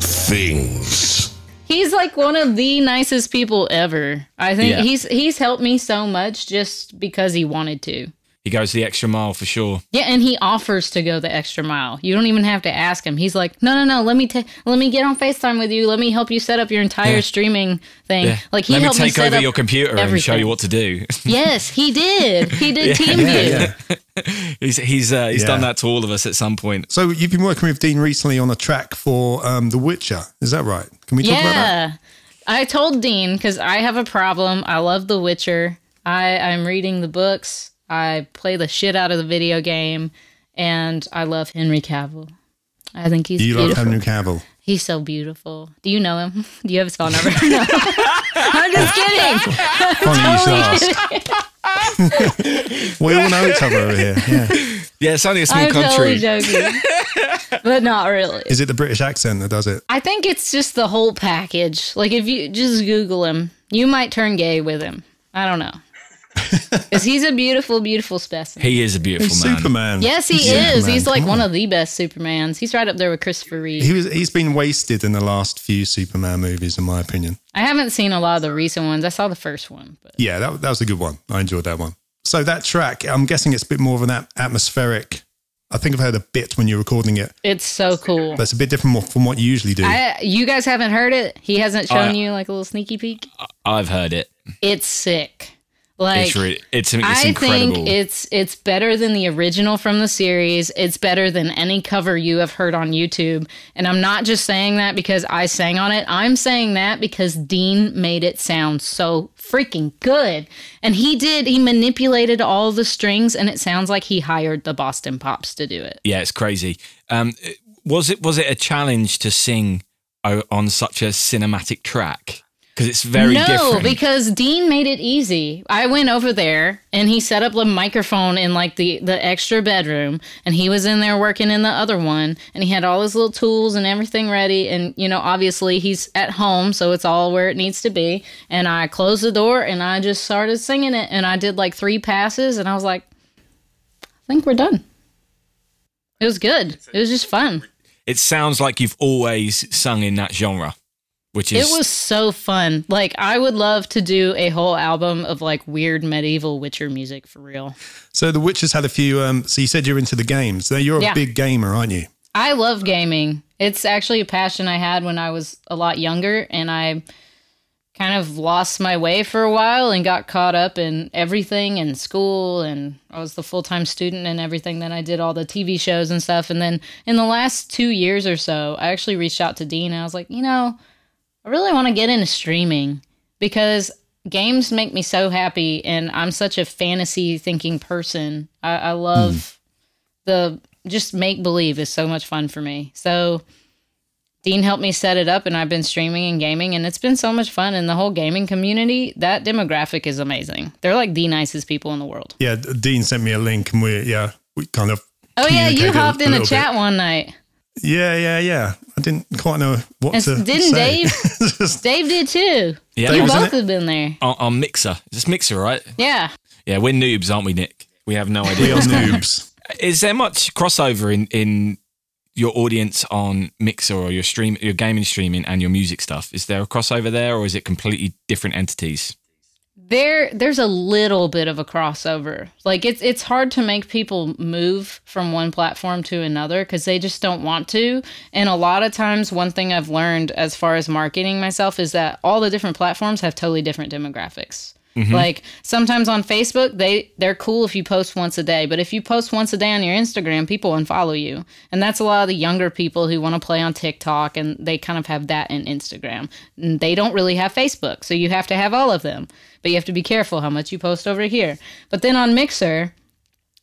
Things.
He's like one of the nicest people ever. I think
Yeah.
he's he's helped me so much just because he wanted to.
He goes the extra mile for sure.
Yeah, and he offers to go the extra mile. You don't even have to ask him. He's like, "No, no, no. Let me ta- let me get on Facetime with you. Let me help you set up your entire streaming thing." Like he
Let me
helped
take
set
over
up
your computer and show
everything.
you what to do.
Yes, he did. He did TeamView.
he's he's, uh, he's
Yeah.
done that to all of us at some point.
So you've been working with Dean recently on a track for um, The Witcher. Is that right? Can we talk about that?
Yeah. I told Dean because I have a problem. I love The Witcher. I, I'm reading the books. I play the shit out of the video game. And I love Henry Cavill. I think he's
You
beautiful.
love Henry Cavill.
he's so beautiful. Do you know him? Do you have his phone number? No. I'm just kidding.
Funny you should ask. we all know each other over here. Yeah.
Yeah, it's only a small
I'm
country.
totally joking. but not really.
Is it the British accent that does it?
I think it's just the whole package. Like if you just Google him, you might turn gay with him. I don't know. Because he's a beautiful, beautiful specimen.
He is a beautiful
He's
man.
Superman.
Yes, he
Superman,
is. He's like
come
one
on.
of the best Supermans. He's right up there with Christopher Reeve.
He was, he's been wasted in the last few Superman movies, in my opinion.
I haven't seen a lot of the recent ones. I saw the first one, but
Yeah, that, that was a good one. I enjoyed that one. So that track, I'm guessing it's a bit more of an at- atmospheric. I think I've heard a bit when you're recording it.
it's so cool.
That's a bit different mo- from what you usually do.
I, you guys haven't heard it. He hasn't shown
I-
you like a little sneaky peek.
I've heard it.
It's sick. Like
it's really, it's, it's
I
incredible.
think it's it's better than the original from the series. It's better than any cover you have heard on YouTube. And I'm not just saying that because I sang on it. I'm saying that because Dean made it sound so freaking good. And he did. He manipulated all the strings and it sounds like he hired the Boston Pops to do it.
yeah, it's crazy. Um, it- was it was it a challenge to sing o- on such a cinematic track? Because it's very
no,
different.
because Dean made it easy. I went over there and he set up a microphone in like the the extra bedroom, and he was in there working in the other one, and he had all his little tools and everything ready. And you know, obviously he's at home, so it's all where it needs to be. And I closed the door and I just started singing it, and I did like three passes, and I was like, I think we're done. It was good. It was just fun.
it sounds like you've always sung in that genre, which is
It was so fun. Like I would love to do a whole album of like weird medieval Witcher music for real.
so the Witcher's had a few. Um, so you said you're into the games. Now you're a
Yeah.
big gamer, aren't you?
I love gaming. It's actually a passion I had when I was a lot younger and I kind of lost my way for a while and got caught up in everything and school and I was the full-time student and everything then I did all the TV shows and stuff and then in the last 2 years or so I actually reached out to Dean and I was like, "You know, I really want to get into streaming because games make me so happy and I'm such a fantasy thinking person. I, I love the just make believe is so much fun for me. So Dean helped me set it up and I've been streaming and gaming and it's been so much fun and the whole gaming community, that demographic is amazing. They're like the nicest people in the world.
Yeah, D- Dean sent me a link and we yeah, we kind of
Oh yeah, you
communicated
hopped in a
little
chat one night.
bit. Yeah, yeah, yeah. I didn't quite know what
And
to
didn't
say.
Dave?
Just-
Dave did too.
Yeah.
you
Dave was in
both have been there.
Our, our mixer. Is this mixer, right?
Yeah.
Yeah, we're noobs, aren't we, Nick? We have no idea.
we are noobs.
Is there much crossover in, in your audience on Mixer or your stream, your gaming streaming, and your music stuff? Is there a crossover there, or is it completely different entities?
There there's a little bit of a crossover. Like it's it's hard to make people move from one platform to another cuz they just don't want to. And a lot of times one thing I've learned as far as marketing myself is that all the different platforms have totally different demographics. Like sometimes on Facebook they they're cool if you post once a day, but if you post once a day on your Instagram, people unfollow you. And that's a lot of the younger people who want to play on TikTok and they kind of have that in Instagram. And they don't really have Facebook, so you have to have all of them. But you have to be careful how much you post over here. But then on Mixer,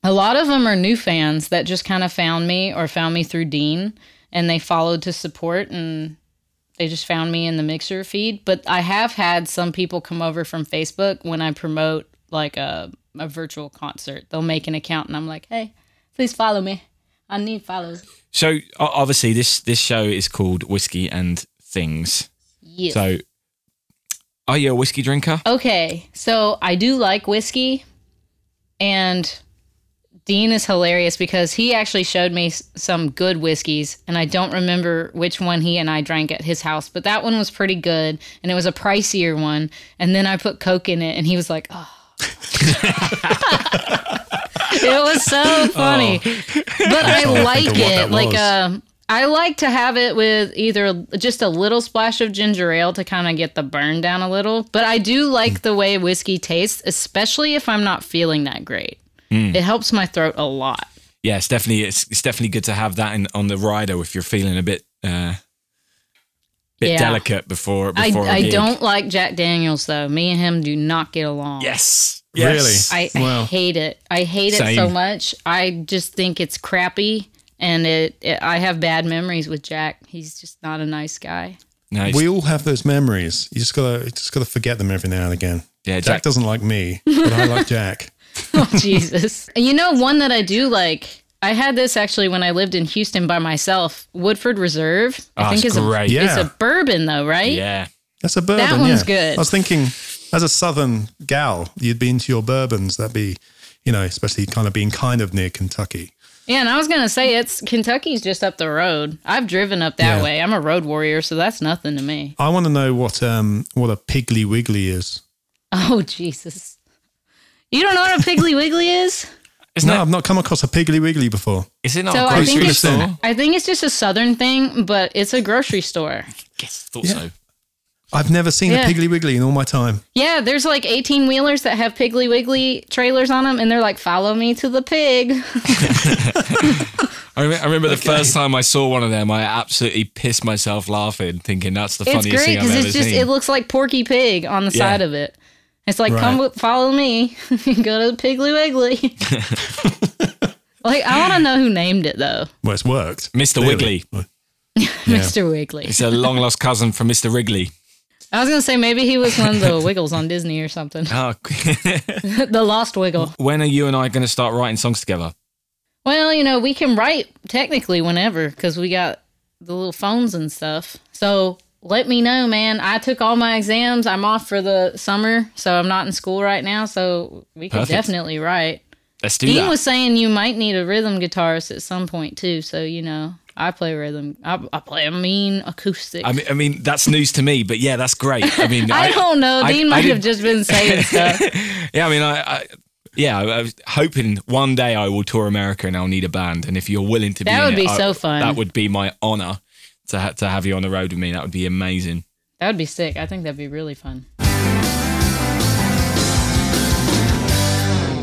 a lot of them are new fans that just kind of found me or found me through Dean and they followed to support and they just found me in the mixer feed. But I have had some people come over from Facebook when I promote like a, a virtual concert. They'll make an account and I'm like, hey, please follow me. I need follows.
So o- obviously, this this show is called Whiskey and Things.
Yeah.
So, are you a whiskey drinker?
Okay, so I do like whiskey, and Dean is hilarious because he actually showed me s- some good whiskeys, and I don't remember which one he and I drank at his house, but that one was pretty good, and it was a pricier one. And then I put Coke in it, and he was like, oh. it was so funny but I
trying to
like
think of what
it.
that
Like
was.
um, I like to have it with either just a little splash of ginger ale to kind of get the burn down a little. But I do like the way whiskey tastes, especially if I'm not feeling that great. It helps my throat a lot.
Yeah, it's definitely it's, it's definitely good to have that in, on the rider if you're feeling a bit uh, bit
Yeah.
delicate before
I,
before. a
I
gig.
don't like Jack Daniels though. Me and him do not get along.
Yes. yes.
Really?
I, I
Wow.
hate it. I hate it so
Same.
much. I just think it's crappy, and it, it. I have bad memories with Jack. He's just not a nice guy.
No, it's-
We all have those memories. You just gotta you just gotta forget them every now and again.
Yeah,
Jack,
Jack-
doesn't like me, but I like Jack.
Jesus. You know, one that I do like. I had this actually when I lived in Houston by myself. Woodford Reserve. I
Oh,
think
it's
is
great.
a
Yeah.
it's a bourbon though, right?
yeah.
That's a bourbon.
one's
yeah.
good.
I was thinking, as a southern gal, you'd be into your bourbons. That'd be, you know, especially kind of being kind of near Kentucky.
Yeah, and I was gonna say it's Kentucky's just up the road. I've driven up that
Yeah.
way. I'm a road warrior, so that's nothing to me.
I want to know what um what a Piggly Wiggly is.
Oh Jesus. You don't know what a Piggly Wiggly is?
Isn't
no,
it,
I've not come across a Piggly Wiggly before.
is it not
So
a
I
grocery
think it's
store?
I think it's just a southern thing, but it's a grocery store.
Yes, thought so.
I've never seen
Yeah.
a Piggly Wiggly in all my time.
Yeah, there's like 18 wheelers that have Piggly Wiggly trailers on them, and they're like, "Follow me to the pig."
I, rem- I remember the first time I saw one of them, I absolutely pissed myself laughing, thinking that's the
It's
funniest
great
thing I've
because
ever
it's just
seen.
it looks like Porky Pig on the
Yeah.
side of it. It's like come
Right.
with, follow me, go to the Piggly Wiggly. like I want to know who named it though,
Well, it's worked.
Mr.
Clearly.
Mr. Wiggly.
it's a long lost cousin from Mr. Wrigley.
I was gonna say maybe he was one of the Wiggles on Disney or something,
Oh,
the Lost Wiggle.
when are you and I going to start writing songs together?
Well, you know we can write technically whenever because we got the little phones and stuff. So let me know, man. I took all my exams. I'm off for the summer, so I'm not in school right now. So we can
Perfect.
definitely write.
Let's do
Dean
that.
was saying you might need a rhythm guitarist at some point too. So you know, I play rhythm. I, I play a mean acoustic.
I
I,
mean, I mean, that's news to me, but yeah, that's great. I mean,
don't know.
I-
Dean
I
might have
didn't-
just been saying stuff.
Yeah, I mean, I, I yeah, I was hoping one day I will tour America and I'll need a band. And if you're willing to be,
That
in
would
it,
be
I-
so fun.
That would be my honor to ha- to have you on the road with me. That would be amazing.
That would be sick. I think that'd be really fun.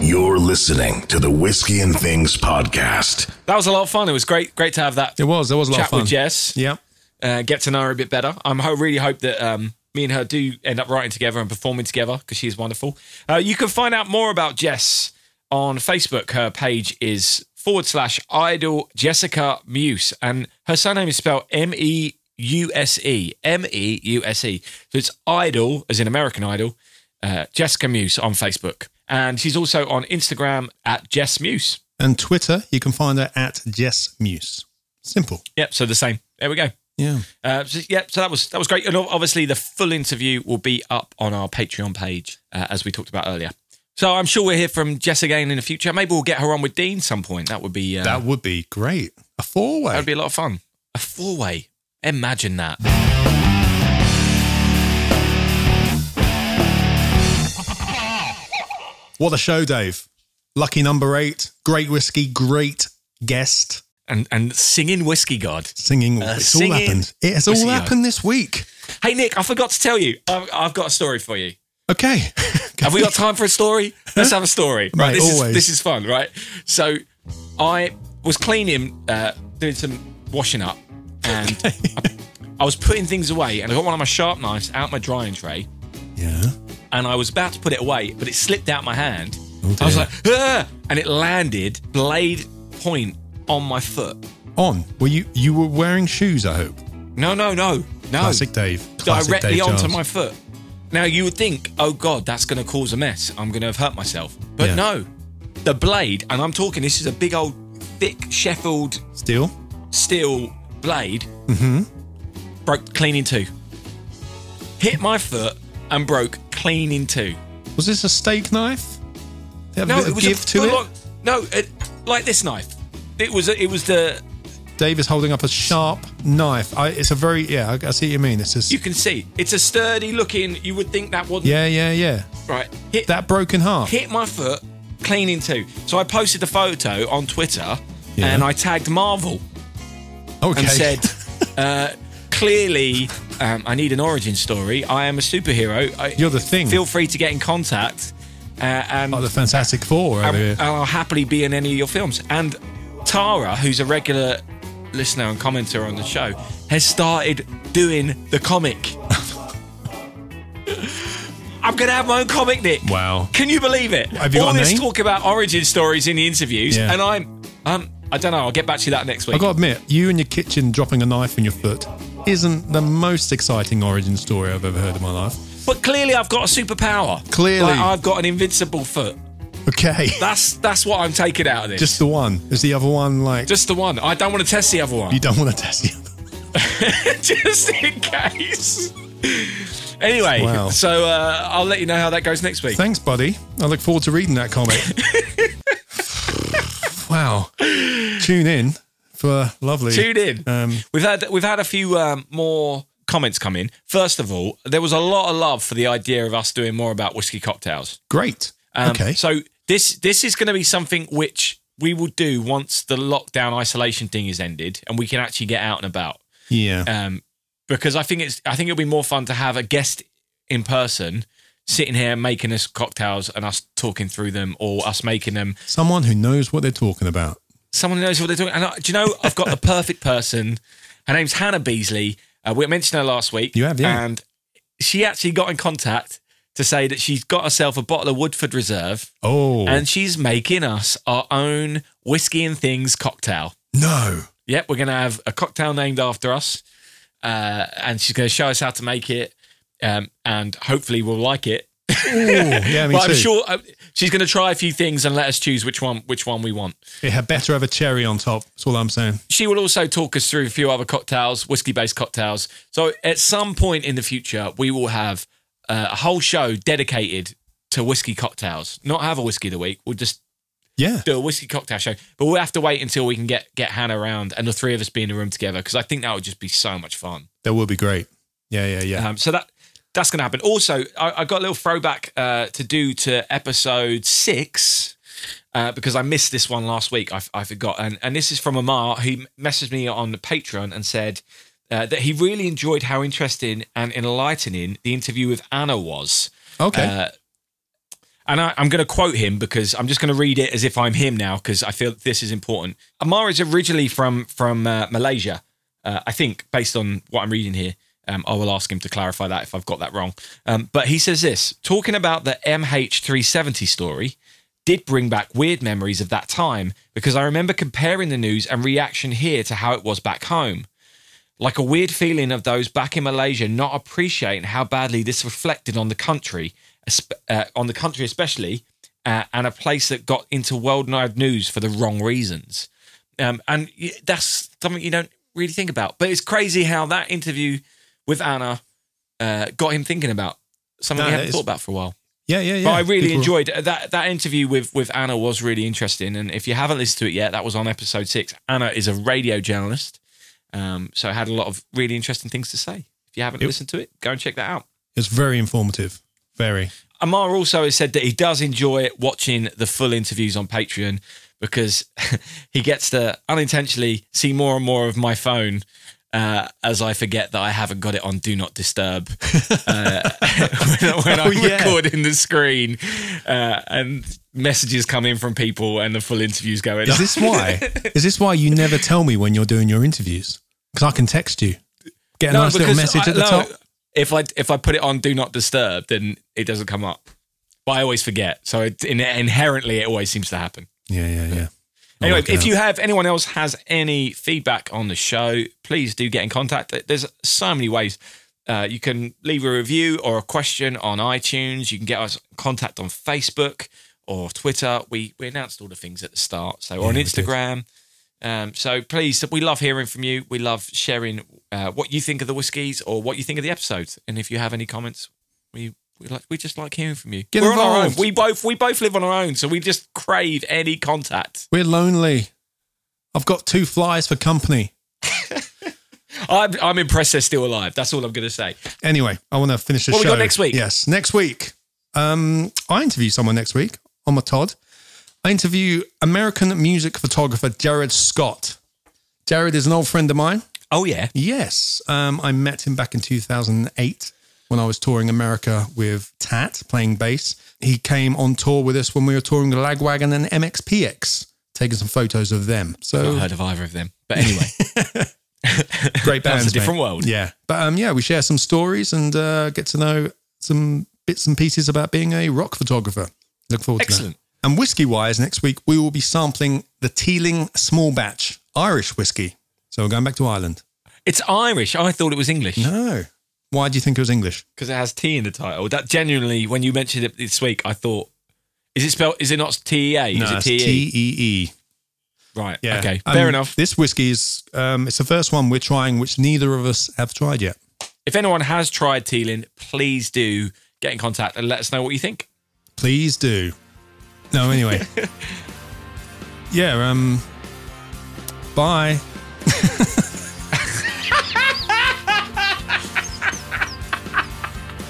You're listening to the Whiskey and Things podcast.
That was a lot of fun. It was great, great to have that
It was. There was a lot
chat
of fun.
with Jess.
Yeah.
uh, get to know her a bit better. I'm ho- really hope that um, me and her do end up writing together and performing together because she's wonderful. Uh, you can find out more about Jess on Facebook. Her page is forward slash idol Jessica Muse. And her surname is spelled M E U S E. M E U S E. So it's idol, as in American Idol, uh, Jessica Muse on Facebook. And she's also on Instagram at Jess Muse.
And Twitter, you can find her at Jess Muse. Simple.
Yep, so the same. There we go.
Yeah.
Uh, so, yeah, so that was that was great, and obviously the full interview will be up on our Patreon page uh, as we talkd about earlier. So I'm sure we'll hear from Jess again in the future. Maybe we'll get her on with Dean some point. That would be uh, that
That would be great. A four way.
would be a lot of fun. A four way. Imagine that.
What a show, Dave. Lucky number eight. Great whiskey, great guest.
And and singing whiskey god.
Singing.
Uh,
it's
singing
all happened. It has
whiskey
all
guy.
happened this week.
Hey Nick, I forgot to tell you. I've, I've got a story for you.
Okay.
Have we got time for a story? Let's have a story. Right,
Mate,
this is
always.
this is fun, right? So I was cleaning, uh, doing some washing up, and I, I was putting things away, and I got one of my sharp knives out my drying tray,
yeah.
and I was about to put it away, but it slipped out my hand.
Oh,
I was
dear.
like, ah! and it landed blade point on my foot.
On. Were you you were wearing shoes, I hope.
No, no, no, no.
Classic Dave. Classic
Oh. directly
Dave
onto
Giles.
my foot. Now you would think, oh god, that's going to cause a mess. I'm going to have hurt myself, but
Yeah.
no. The blade, and I'm talking. This is a big old, thick Sheffield
Still?
steel blade. Mm-hmm. Broke clean in two. Hit my foot and broke clean in two.
Was this a steak knife? Did it Have
No,
a bit
it
of
was
give
a,
to it?
like- no, it, like this knife. It was. It was the.
Dave is holding up a sharp knife. I, it's a very yeah. I, I see what you mean. It's just
You can see. It's a sturdy looking. You would think that wasn't
yeah, yeah, yeah.
right. Hit
That broken heart.
hit my foot clean in two. So I posted the photo on Twitter
Yeah.
and I tagged Marvel
Okay.
and said, uh, clearly, um, I need an origin story. I am a superhero. I,
You're Oh, the thing.
Feel free to get in contact uh, and,
like the Fantastic Four over here.
and I'll happily be in any of your films. And Tara, who's a regular listener and commenter on the show, has started doing the comic. I'm going to have my own comic, Nick.
Wow.
Can you believe it?
Have you
All
got a
this
name?
talk about origin stories in the interviews,
Yeah.
and I'm, um, I don't know. I'll get back to you that next
I
week.
gotta admit, you in your kitchen dropping a knife in your foot isn't the most exciting origin story I've ever heard in my life.
but clearly, I've got a superpower.
Clearly.
Like, I've got an invincible foot.
Okay.
That's that's what I'm taking out of this. Just,
Just the one. Is the other one like
the one. I don't want to test the other one,
you don't want to test the other?
just in case. Anyway,
Wow.
so uh, I'll let you know how that goes next week.
Thanks, buddy. I look forward to reading that comic. wow. Tune in for lovely.
Tune in.
Um,
We've had we've had a few um, more comments come in. First of all, there was a lot of love for the idea of us doing more about whiskey cocktails.
great.
Um,
okay.
So this this is going to be something which we will do once the lockdown isolation thing is ended and we can actually get out and about.
yeah.
Um, because I think it's I think it'll be more fun to have a guest in person sitting here making us cocktails and us talking through them or us making them.
Someone who knows what they're talking about.
Someone who knows what they're doing. And I, do you know I've got the perfect person. Her name's Hannah Beasley. Uh, we mentioned her last week.
You have, yeah.
And she actually got in contact to say that she's got herself a bottle of Woodford Reserve.
Oh
and she's making us our own whiskey and things cocktail.
no!
Yep, we're gonna have a cocktail named after us, uh, and she's gonna show us how to make it, um, and hopefully we'll like it.
Ooh, yeah, me
but
too.
I'm sure uh, she's gonna try a few things and let us choose which one which one we want.
It had better have a cherry on top. That's all I'm saying.
She will also talk us through a few other cocktails, whiskey based cocktails. So at some point in the future, we will have uh, a whole show dedicated to whiskey cocktails. Not have a whiskey of the week. We'll just
Yeah,
do a whiskey cocktail show, but we'll have to wait until we can get get Hannah around and the three of us be in a room together because I think that would just be so much fun.
that would be great. Yeah, yeah, yeah.
Um, so that that's going to happen. Also, I, I got a little throwback uh, to do to episode six. Uh, because I missed this one last week, I, I forgot, and and this is from Amar who messaged me on Patreon and said uh, that he really enjoyed how interesting and enlightening the interview with Anna was.
okay.
Uh, and I, I'm going to quote him because I'm just going to read it as if I'm him now because I feel this is important. Amar is originally from from uh, Malaysia, uh, I think, based on what I'm reading here. Um, I will ask him to clarify that if I've got that wrong. Um, but he says this talking about the MH370 story. did bring back weird memories of that time because I remember comparing the news and reaction here to how it was back home. Like a weird feeling of those back in Malaysia not appreciating how badly this reflected on the country, esp- uh, on the country especially, uh, and a place that got into worldwide news for the wrong reasons. Um, and y- that's something you don't really think about. But it's crazy how that interview with Anna uh, got him thinking about something
No,
he
that
hadn't
is-
thought about for a while.
Yeah, yeah, yeah.
But I really
People-
enjoyed that that interview with with Anna was really interesting. And if you haven't listened to it yet, that was on episode six. Anna is a radio journalist, um, so had a lot of really interesting things to say. If you haven't
Yep.
listened to it, go and check that out.
It's very informative. Very.
Amar also has said that he does enjoy watching the full interviews on Patreon because he gets to unintentionally see more and more of my phone uh, as I forget that I haven't got it on Do Not Disturb uh, when, when I'm
Oh, yeah.
recording the screen uh, and messages come in from people and the full interview's going
Is
on.
this why? is this why you never tell me when you're doing your interviews? Because I can text you. Get a nice little
because
message
I-
at the
no,
top.
If I if I put it on Do Not Disturb, then it doesn't come up. But I always forget, so it, in, inherently it always seems to happen.
Yeah, yeah, yeah. I'll
Anyway,
work it
if
out.
you have anyone else has any feedback on the show, please do get in contact. There's so many ways. Uh, you can leave a review or a question on iTunes. You can get us in contact on Facebook or Twitter. We we announced all the things at the start, so on
we did.
Instagram. Um, so please, we love hearing from you. We love sharing uh, what you think of the whiskies or what you think of the episodes. And if you have any comments, we we like we just like hearing from you.
Get
We're on our own.
involved.
We both we both live on our own, so we just crave any contact.
We're lonely. I've got two flies for company.
I'm, I'm impressed they're still alive. That's all I'm going to say.
Anyway, I want to finish the
What we
show.
got next week?
Yes, next week. Um, I interview someone next week on my Todd. I interview American music photographer Jared Scott. Jared is an old friend of mine.
Oh yeah,
Yes, um, I met him back in 2008 when I was touring America with Tat playing bass. He came on tour with us when we were touring the Lagwagon and MXPX, taking some photos of them. So
not heard of either of them. But anyway,
great
That was
bands,
a different
mate.
world.
Yeah, but um, yeah, we share some stories and uh, get to know some bits and pieces about being a rock photographer. Look forward
Excellent.
to that. And whiskey wise, next week we will be sampling the Teeling Small Batch Irish whiskey. So we're going back to Ireland.
it's Irish. I thought it was English because
No, why do you think it was English?
it has tea in the title. That genuinely, when you mentioned it this week, I thought, is it spelled? Is it not T E A? Is it
it's
T E?
T-E-E.
Right.
Yeah.
Okay.
Um,
Fair enough.
This whiskey is um, it's the first one we're trying, which neither of us have tried yet.
If anyone has tried Teeling, please do get in contact and let us know what you think.
Please do. No, anyway. yeah. Um. Bye.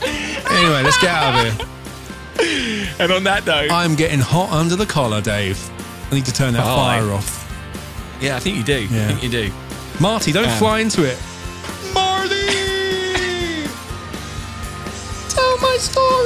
anyway, let's get out of here.
And on that note,
I'm getting hot under the collar, Dave. I need to turn that
Bye.
fire off.
yeah, I think you do. I
Yeah.
think you do.
Marty, don't
Um,
fly into it.
Marty, tell my story.